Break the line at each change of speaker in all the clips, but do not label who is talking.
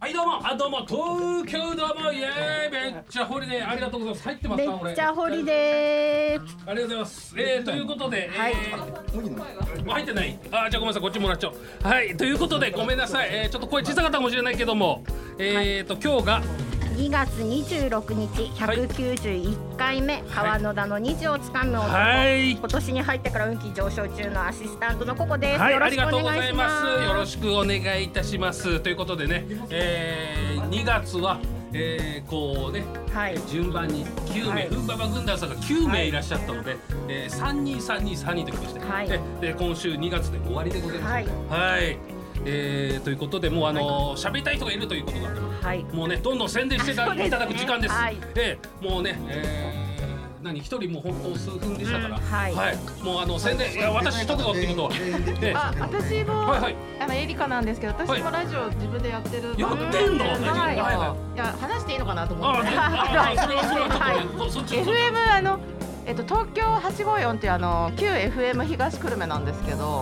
はいどうもあどうも東京どうもイエーイめっちゃホリデーありがとうございます入ってますか
めっちゃホリ
ー
デー
ありがとうございますえー、ということで、
はい
えーもう入ってないあーじゃあごめんなさいこっちもらっちゃおうはいということでごめんなさい、えー、ちょっと声小さかったかもしれないけどもえーと今日が
2月26日
はい
191回目、川野田の虹をつかむ男、
はい
今年に入ってから運気上昇中のアシスタントのココです、
はい
よ
あ
ろ
り
しくお
がとうご
願
ざ
い
い
し
ますよろ
ます
しくお願いいたしますということでね、えー、2月はえー、こうね
はい
順番に9名、
はい
ふんばば軍団さんが9名いらっしゃったので、えー、3人3人3人ときまして、
はい
でで今週2月で終わりでございます。は
はいい、
えーということでもうあのー喋、りたい人がいるということなので
はい
もうねどんどん宣伝していた
そうですね
いただく時間です。
はい
えーもうね、えー、何一人もう本当数分でしたから、
うんはい
もうあの宣伝、い、や私一つだっていうことは、えー
あ、 私も、
はいはい
あのエリカなんですけど、私もラジオ自分でやってる。
やってんの
はい。
はい
い
は
や、話していいのかなと思
あ
っ
ー
て。
であーそれはそれはちょっと、ねそそ っち
F. M. あの、えっと、東京854っていうあの、旧 F. M. 東久留米なんですけど
お。お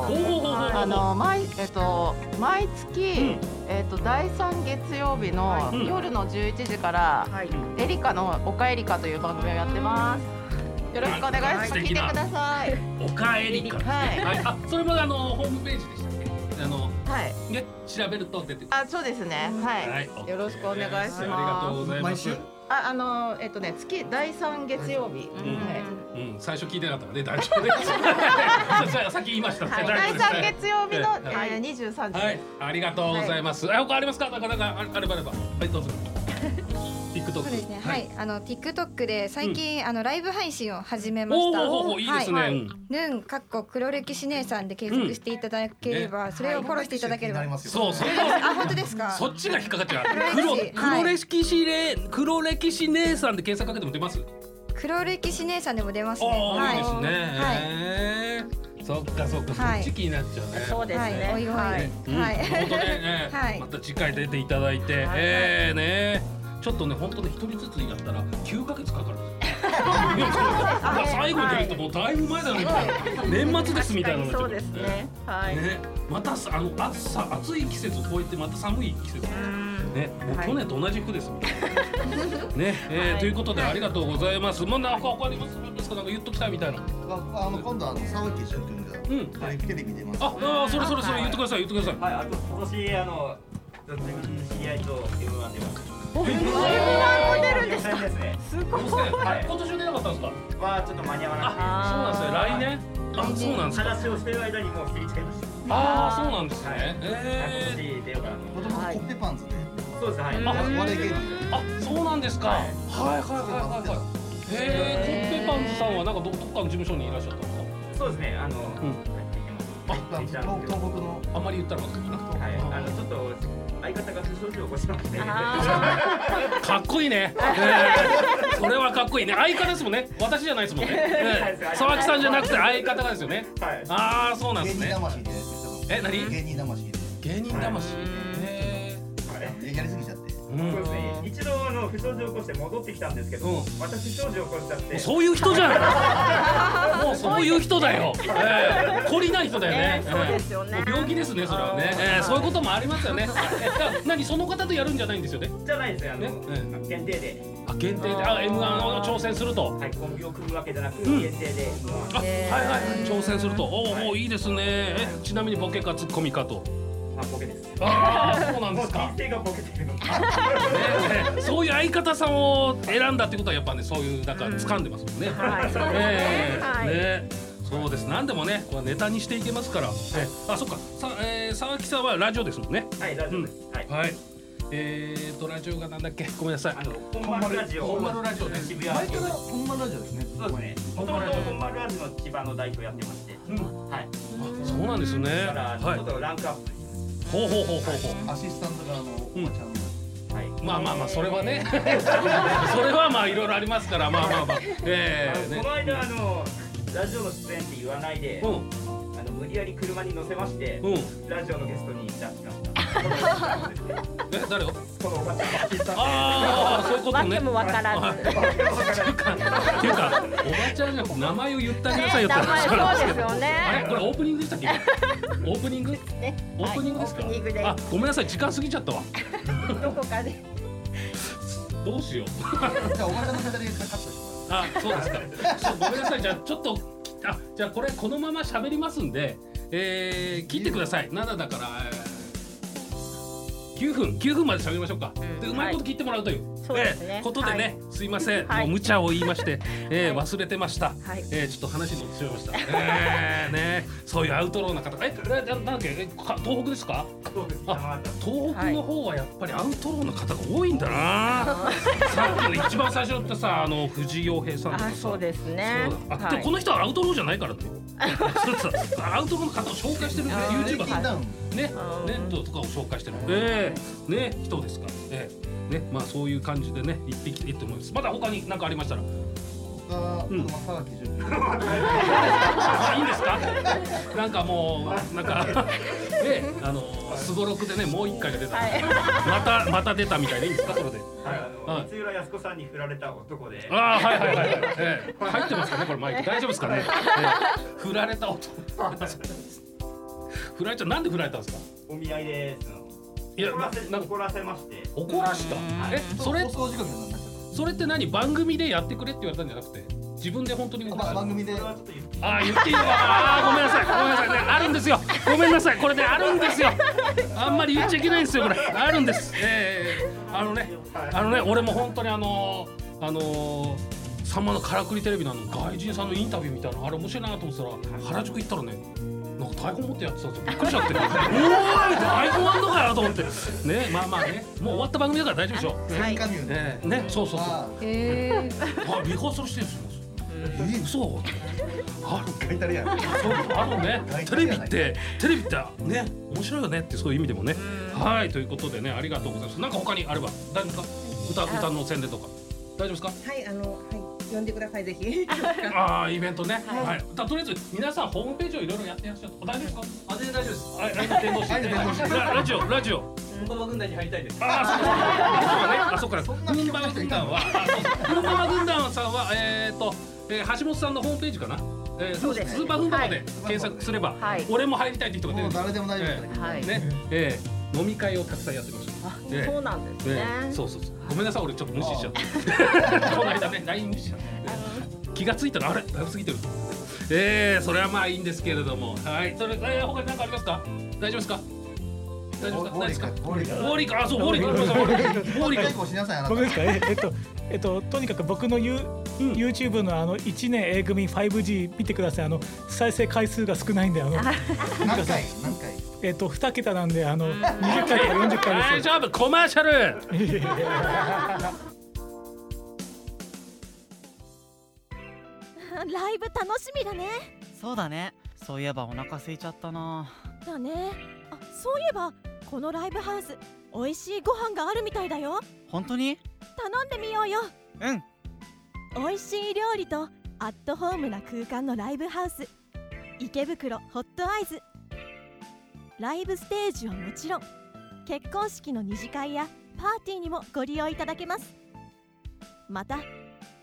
おお
あの、毎、えっと、毎月、
ん
えっと、第三月曜日の
いうん
夜の11時から。
はい
エリカのおかえりかという番組をやってます。よろしくお願いし
は
ま
い
す。聞いてください。
おかえりか。
はい
はい。あ、それもあのホームページでしたっけ？あの
はい。
ね調べると出てくる。
あ、そうですね。はい。
OK
よろしくお願いします。
ありがとうございます。
毎週
あ、あのえっとね、月第三月曜日。
ん
はい
うん、最初聞いてなかったので大丈夫です。 ささっき言いました。
はい
大丈
第
夫
三
です
月曜日
は
の
い
はい
えー二十三時。
はい、ありがとうございます。あ、他ありますか？なんかなんかああればあれば。はい、どうぞ。TikTok。
そうですね。はい、あの TikTok で最近、あのライブ配信を始めました。
おお、いいですね。
は
う
い。
ん
ヌンかっこ黒歴史姉さんで継続していただければ、それをフォローしていただければ。
気になりますよ
そうそう。
あ、本当ですか。
そっちが引っかかっちゃう黒
黒歴史
黒歴史れ黒歴史姉さんで検索かけても出ます
黒歴史姉さんでも出ますね。
おー、、
はい
いですね。
はい
へーそっかそっか、
はい
そっち気になっちゃうね。
そうですね、
はいおい
う
おい
ん
はい
本当 ね、
はい
また次回出ていただいて、えー、ねちょっとね本当ね一人ずつになったら9ヶ月かかるん ですよいやそうまあ最後に出るともうだいぶ前だなみたいな年末ですみたいなのにな
そう
っちゃ
ですねはい、
ねまたさあの暑さ暑い季節を超えてまた寒い季節
うん
ね、もう
はい
去年と同じ服ですもん ね。ね、えー
はい
ということでありがとうございます。まあ、なんかわかりますなんですか、なんか言っときたいみたいな。
ああの今度あの沢木潤君が、
うん
これテレビ出ます。
あ、あー、それそれそれ、言ってください、言ってください。
はい、あと今年あの自分の知り合いと M1 出ます。
あもう出るん
予
ですか。
選ですね。
どうせはい今年は出なかったんですか。
はちょっと間に合わなくて。
あ、そうなんですね、来年。あ、そうなんですか。
話をしてる間にもう過ぎちゃいまし
あー、そうなんです
た。はい。
ね。
今
え
年出ようかなと思
も
って
ともとコッペパンツで、
ます。そうですはい。
あ
我々芸
ー、
人
あ、そうなんですか。はい、はい、はい、はい、はい。へえ、コッペパンツさんは、なんかど、どっかの事務所にいらっしゃったんですか。
そうですね。あの、
ん
あ、
あの
東
東東北の
あんまり言ったらまずいかな。
はい。あのちょっと相方が不祥事を起こしまして。
かっこいいね。えーそれはかっこいいね。相方ですもんね。私じゃないですもんね。えー沢木さんじゃなくて相方がですよね。
はい。
ああ、そうなんで
芸
す
人
ね。
魂でやってたの。
え何
芸人魂で。
芸人魂。へ
ややりすぎちゃっ
ー
て。
うん
そうですね。一度あの不祥事を起こして戻ってきたんですけど、
うん
また不祥事を起こしちゃって。
そういう人じゃん。もうそういう人だよ。ええ懲りない人だよね。
ええそうですよね
ええもう病気ですね、それはね。ええそういうこともありますよ ね。ええだから何その方とやるんじゃないんですよね。
じゃないですね。あ
ね
の、限定で。
あ限定で、あ M1 を挑戦すると。
はい、コンビを組むわけじゃなく、
ん
限定で、もう
あはいはい挑戦すると。おお、もういいですね。えちなみにボケかツッコミかと。
まあ、ボケです。
ああ、そうなんで
もう
すか
人。生がボケてるの。
ねそういう相方さんを選んだってことはやっぱねそういうなんか掴んでますもんね。
はいそうですね
ね
はい
ねそうです。何でもね、これネタにしていけますから。えあ、そっか。さ、えー、沢木さんはラジオですもんね。
はい、大丈夫です。はい。
はい。えーとラジオがなんだっけ。ごめんなさい。
あの、本丸ラジオ。
本丸ラジオね
渋
前
谷
か
の
ら。本番ラジオですね。
そうですね。もともと本丸ラジオの千葉の代表やってまして。
うん
はい。
そうなんですね。
だから、ち
はい
ょっ。とランクアップ。
ほうほうほうほうほう。
アシスタントがあのおばちゃんの。
はい。
まあまあまあそれはね。そ れはまあいろいろありますからまあまあまあ。え
あ
ー、
の
ね
こ。の間、あの、ラジオの出演って言わないで、
う
あ
ん
の、無理やり車に乗せまして。
うん。
ラジオのゲストに行っちゃった。
え誰を？
このおばちゃんが。
ああそういうこと
訳
ね。
もわからず、
っていうか、っていうか、おばちゃんが名前を言ってあげなさいよって
名前
話
そ
なんです
う
け
です
ど。
よ
あれ、
ね
これオープニングで したっけ。オープニング。オープニングですか
はいオープニングで。す
あ、ごめんなさい、時間過ぎちゃったわ。
どこかで
どうしよう。
じゃあ、おばちゃんの語りでカットします。
あ、そうですか。ちょっとごめんなさい。じゃあちょっとあ、じゃあこれこのまま喋りますんで、えー、切ってください。7だから。えー9分9分まで喋りましょうか、
ん
でうまいこと切ってもらうという,、
そうですね
えーことでね、
はい
すいません、
はい
もう無茶を言いま して、えー忘れてました、
はい
えーちょっと話に乗ってしまいました、えーね、そういうアウトローな方がえななんだっけえか東北ですか
そうです。
あ東北の方はやっぱりアウトローの方が多いんだな、さっきの一番最初だってさあの藤井陽平さんとか
あ
さ
そうですね
そうだあ、
は
でこの人はアウトローじゃないからってそうそうアウトローの方を紹介してるね
あー
YouTuber
キンダ
が
ウン。
ね
あー
ネットとかを紹介してるええね人ですからええねまあそういう感じでね行ってきていいと思いますまだ他に何かありましたら
が、
うん
まあ、佐賀基準。
あいいんですかなんかもうなんか ねあのすごろくでねもう一回が出た、
はい
またまた出たみたいでいいんですかそれで
はい、あ
はい
の、三浦靖子さんに振られた男で。
ああはいはいはい、ええ、入ってますかねこれマイク大丈夫ですかね、ええ、振られ た音振られちゃうなんで振られたんですか
お見合いです。
いや
怒ら
なな
せ、
んか
怒らせまして。
怒らしたえそれ
放送時間になっちゃ
それって何番組でやってくれって言われたんじゃなくて自分で本当に
った
怒ら
ば。
れた
番組で。
それは
あ
ちょっと言って。
ああ言っていいのかなあーごめんなさいごめんなさいねあるんですよごめんなさいこれねあるんですよあんまり言っちゃいけないんですよこれあるんですええあのね
はい
あのね俺も本当にあのー、あのー、さんまのからくりテレビのあの外人さんのインタビューみたいなあれ面白いなと思ってたら原宿行ったらねなんか台本持ってやってたんですよびっくりしちゃって「おーい台本あんのかよ!」と思ってねまあまあねもう終わった番組だから大丈夫でしょ
は
変
い
化入
う
ね。
ねねそうそうそう
あ
あ
ー
え
リハーサルしてるんですよえ
え
嘘ある
書いてあるやん。
そうあのねテレビってテレビってね面白いよねってそういう意味でもねはいということでねありがとうございますなんか他にあれば大丈夫ですか歌歌の宣伝とか大丈夫ですか
はい、あの、はい、呼んでください、ぜひ。
ああイベントね。はい。だとりあえず皆さんホームページをいろいろやってらっしゃる。大丈夫ですか？あ全然大丈夫です。はい。ラジオ伝道師。ララジオラジオ。
本間軍団に入りたいです。
ああそうかそうか。あそこから。軍馬軍団は。軍馬軍団さんはえっとえー橋本さんのホームページかな。えーそうです。スーパー軍馬まで検索すれば
はい、
俺も入りたいって人が出
も
る
う。誰でも大丈夫だから。
はい。
ね。えー飲み会をたくさんやってました。ええ
そうなんですね
ね、そうそうそうごめんなさい俺ちょっと無視しちゃって この間ね LINE 無視しちゃって気がついたらあれだいぶ過ぎてるえー、それはまあいいんですけれどもはいそれ、えー、他に何かありますか大丈夫ですか大丈夫ですか
ウォ
ない
ー
で
リ
すか
ーか
ウ
ウォーリーか
ォーリーかあそうウォーリーかごめんなさいウォーリ ーウォーリー
結構しなさいあなた
僕ですかええっとえっととにかく僕の You、
ん
YouTube のあの1年 A 組 5G 見てくださいあの再生回数が少ないんであの
何回何回
えっと2桁なんであの20回とか40回
大
です
丈夫コマーシャル
ライブ楽しみだね
そうだねそういえばお腹空いちゃったな
だねあそういえばこのライブハウス美味しいご飯があるみたいだよ
本当に
頼んでみようよ
うん
美味しい料理とアットホームな空間のライブハウス池袋ホットアイズライブステージはもちろん結婚式の二次会やパーティーにもご利用いただけますまた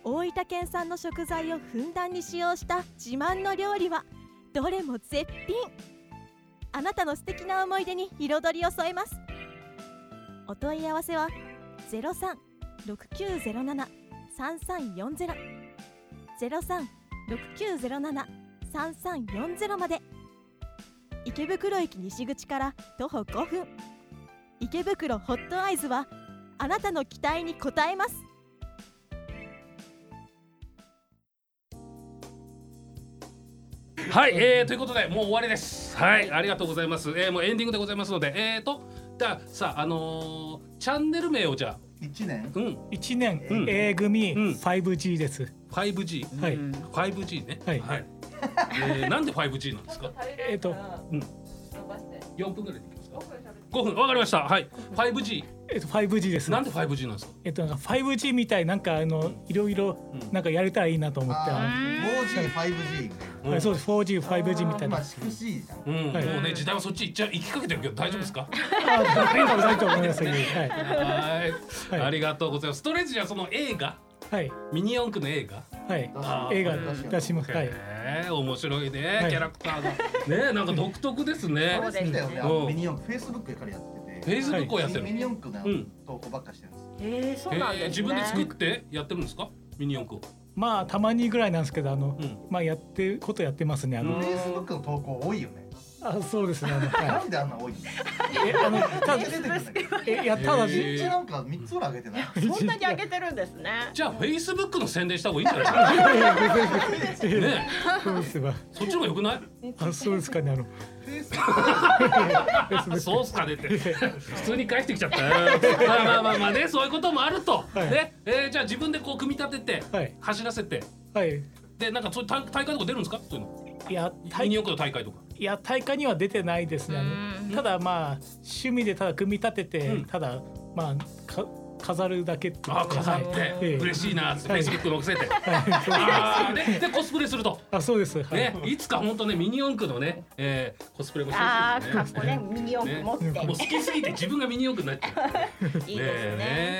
大分県産の食材をふんだんに使用した自慢の料理はどれも絶品あなたの素敵な思い出に彩りを添えますお問い合わせは036907 3340 03-6907-3340まで池袋駅西口から徒歩5分池袋ホットアイズはあなたの期待に応えます
はい、えー、ということでもう終わりです。はい、ありがとうございます。えー、もうエンディングでございますので、えーと、ださああのー、チャンネル名をじゃあ、
一年
うん、
1年
うん
A 組
うん
5G です、
5G、
はい
5G ね。
はい
えーなんで 5G なんですか？
えっと
4分ぐらいでいきますか？5分わかりました。はい。5G
えっと 5G です
なんで 5G なんですか？
えっとなんか 5G みたいなんかあのいろいろ
うん
なんかやれたらいいなと思って、あの
4G、5G
はいそうです 4G、5G みたい
今
な。
6G じゃん
うん、
はい
もうね時代はそっち行っちゃ行きかけてるけど大丈夫ですか？
あ、大丈夫大丈夫ごめんなさい。はい
はい、
はい
ありがとうございます。とりあえずじゃあその映画
はい
ミニ四駆の映画。
はい
あー
映画
うん
出します。はい。
へー面白いね、
はい
キャラクターが。ねなんか独特ですね。
あれ好きだよ
うん
ねミニ四駆 Facebook からやっててで、
フェイスブックをやってる
ミニ四駆
う
の
ん
投稿ばっかしてるんです。
えー、そうなんで
え
すね。
ー自分で作ってやってるんですかミニ四駆を
まあたまにぐらいなんですけどあの、
うん
まあやってことやってますねあの、
うん
フェイスブックの投稿多いよね。
あそうですねあの、
な
は
んであんな多いの？
い、えあのた
出てくるんだけど。
えいやただし、
えー
うちなんか三つぐらい上げてない。
そんなに上げてるんですね。
じゃあフェイスブックの宣伝した方がいいんじゃないですか ね
そうですわ
えそっちの方がよくない
あ そうですかねあの
フェイスブック
そうっすかねって普通に返してきちゃ ったよまあまあまあまあねそういうこともあると、
はい
ねえーじゃあ自分でこう組み立てて、
はい
走らせて
はい
でなんかそういう大大会とか出るんですかそういうの
いや
ミ
大
ニ
い
四駆の大会とか
や大会には出てないですねあのただまあ趣味でただ組み立てて、
うん
ただまあか飾るだけっていう
ああ飾っ
はい
て、
ええ
嬉しいなっつってフ
は
ェ
い
イスブック載せて、
はいそう
あーででコスプレすると。
あそうです、はい
ね、いつか本当ねミニ四駆のね、えー、コスプレもして
あ
ほしいで
あ、かっ
す
こ
よ
ね
ね。、
ミニ四駆持って。
ねもう好きすぎて自分がミニ四駆になっちゃう。
いいです
ね
ね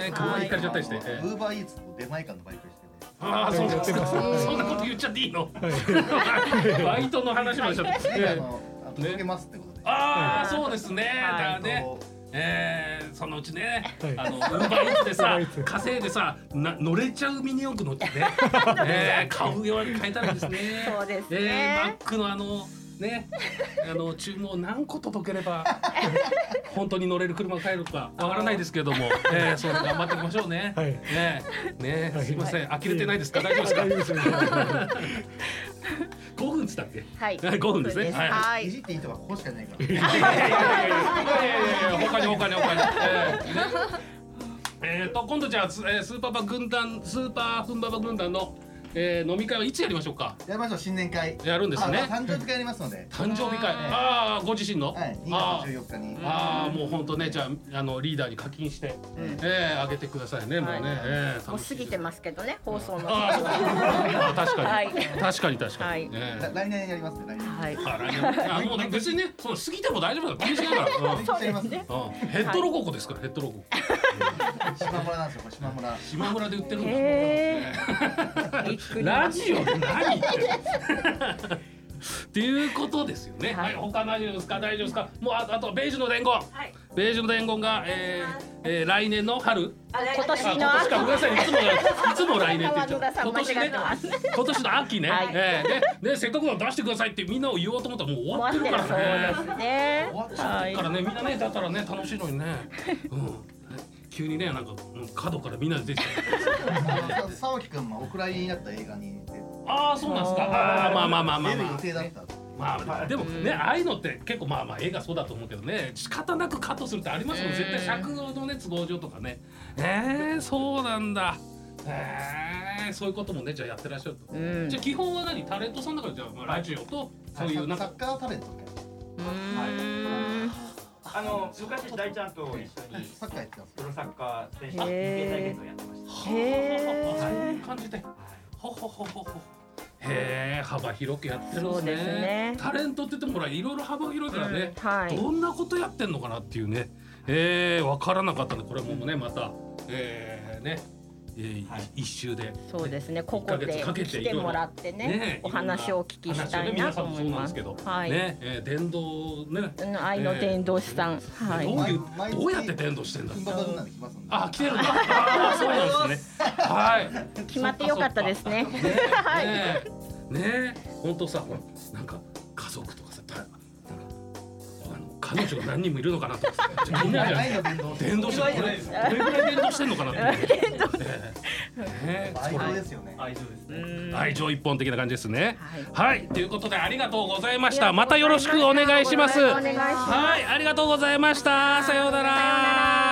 え車
は
行
い
かれちゃったりして。え
ウ
ー
ーバーイーツと出前館のバイトしてて。
ああそうなんですか。
はい
そんなこと言っちゃっていいの？
はい
バイトの話もしちゃった。
で、あ
えー
の、あの届けますってことで。。
ああそうですね。
は
だね。えー、そのうちね、
はい
あのウーバーイーツで さ
Uber Eats
稼いでさな乗れちゃうミニ四駆乗って ね、えー、買うように変えたらいいですね。
そうですね
えーマックのあのね、あの注文を何個届けれ ば本当に乗れる車が買えるかわからないですけども、えー、そう頑張っていきましょうね。
はい
ねね
はい
すいません、呆れてないですか大丈夫ですか
大丈夫ですねは
5分っつったっけ
は い。
5分ですねはい
はい
い
い。
じっていいとかここしかないから。
いやいやいやいやいやいやいやいや他に他に他にえーね えーと今度じゃあス,、えースーパーバ軍団スーパーフンババ軍団の、えー飲み会はいつやりましょうか
やりましょう新年会。
やるんですね
あ誕生日会やりますので。
誕生日会ああご自身の、
はい。
あ
2月
ー
14日に。
あーもう本当ねじゃああのリーダーに課金して、えーあげてくださいねもうね、
はい
えー
もう過ぎてますけどね、放送の時
あーそう
は。
あー確かに、
はい
確かに確かに、
はい
ね
ら来年やりますね。来年。
はい。
あ来年あもうね別にねその過ぎても大丈夫だから気にしないから、うん
そうですね。
うんヘッドロココですから、ヘッドロココ
島村なんですよ。これ 島村。
島村で売ってるんです
へ
ラジオで何言ってるっていうことですよね。はい、他何ですか、大丈夫ですか。もうああとベージュの伝言、ベージュの伝言が、えーえー、来年の春、
今
あ
年
今
の
年かごめんなさい、いつもいつも来年って言っち
野
ゃ
田
う。
さん
今
間
年
違え
ね
てます。
今年の秋ね、
はい
えーねねせっかくの出してくださいってみんなを言おうと思ったらもう終
終
わ
わ
っ
ってて
る
る
か
そう
らね。
ですね。
終わっちゃ
は
だ
い
か。らねみんなねだったらね楽しいのに ね、うん、急にねなんかうん角からみんなで出てきた。
った。沢木くんもお蔵入りになった映画に出て
ああそうなんですか。ああまあまあまあまあ
出る
ま
予
あ。
定だった。
まあでもねああいうのって結構まあまあ映画そうだと思うけどね仕方なくカットするってありますもん絶対尺のね都合上とかねえー、そうなんだえー、そういうこともねじゃあやってらっしゃると、
うん
じゃあ基本は何タレントさんだからじゃあ、まあ、ラジオとそういうなん
サ
か
ッカータレントね。
うん
あの昔大ちゃんと一緒に
サッカーやってたんです
プ
よ。
ロサッカー選手
へ
の認
ー
定体験をやってました。
へえそういう感じでほほほほほへえ幅広くやってるんです
そう
ね
ですね
タレントって言ってもほらいろいろ幅広いからね、
うんはい
どんなことやってんのかなっていうねえー、分からなかったんでこれもねまたえー、ね、えー
はい
一周で
そうですね。ここ
一ヶ
で
月かけて
来てもらってね、お話をお聞きしたいなと思
話をね皆さんも
います
そうなんですけど、。
はい。
ね、えー、電動ね、
うん愛の伝道師さん。は
ど
い。
ういう
毎
どうやって電動してんだ
ふんばばなんで来ますんで。
あ、来てるんだ。あー、そうなんですね。はい。
決まってよかったですね。はい。
ねえ、ねえ、本当さ、ほら、なんか家族とかさ、たなんかあの彼女が何人もいるのかなとかさ、気になるじゃ ない
愛の伝道
電動してる、これ、どれぐらい電動してんのかなって。 ねえ
愛情ですよね。
愛情ですね。
愛情一本的な感じですね。
はい
はい、ということで、ありがとうございました。
ありが
ま
と
た
うござい
よろ
ま
し
した
くお願いします。
お願いします
はい、ありがとうございました。さようなら。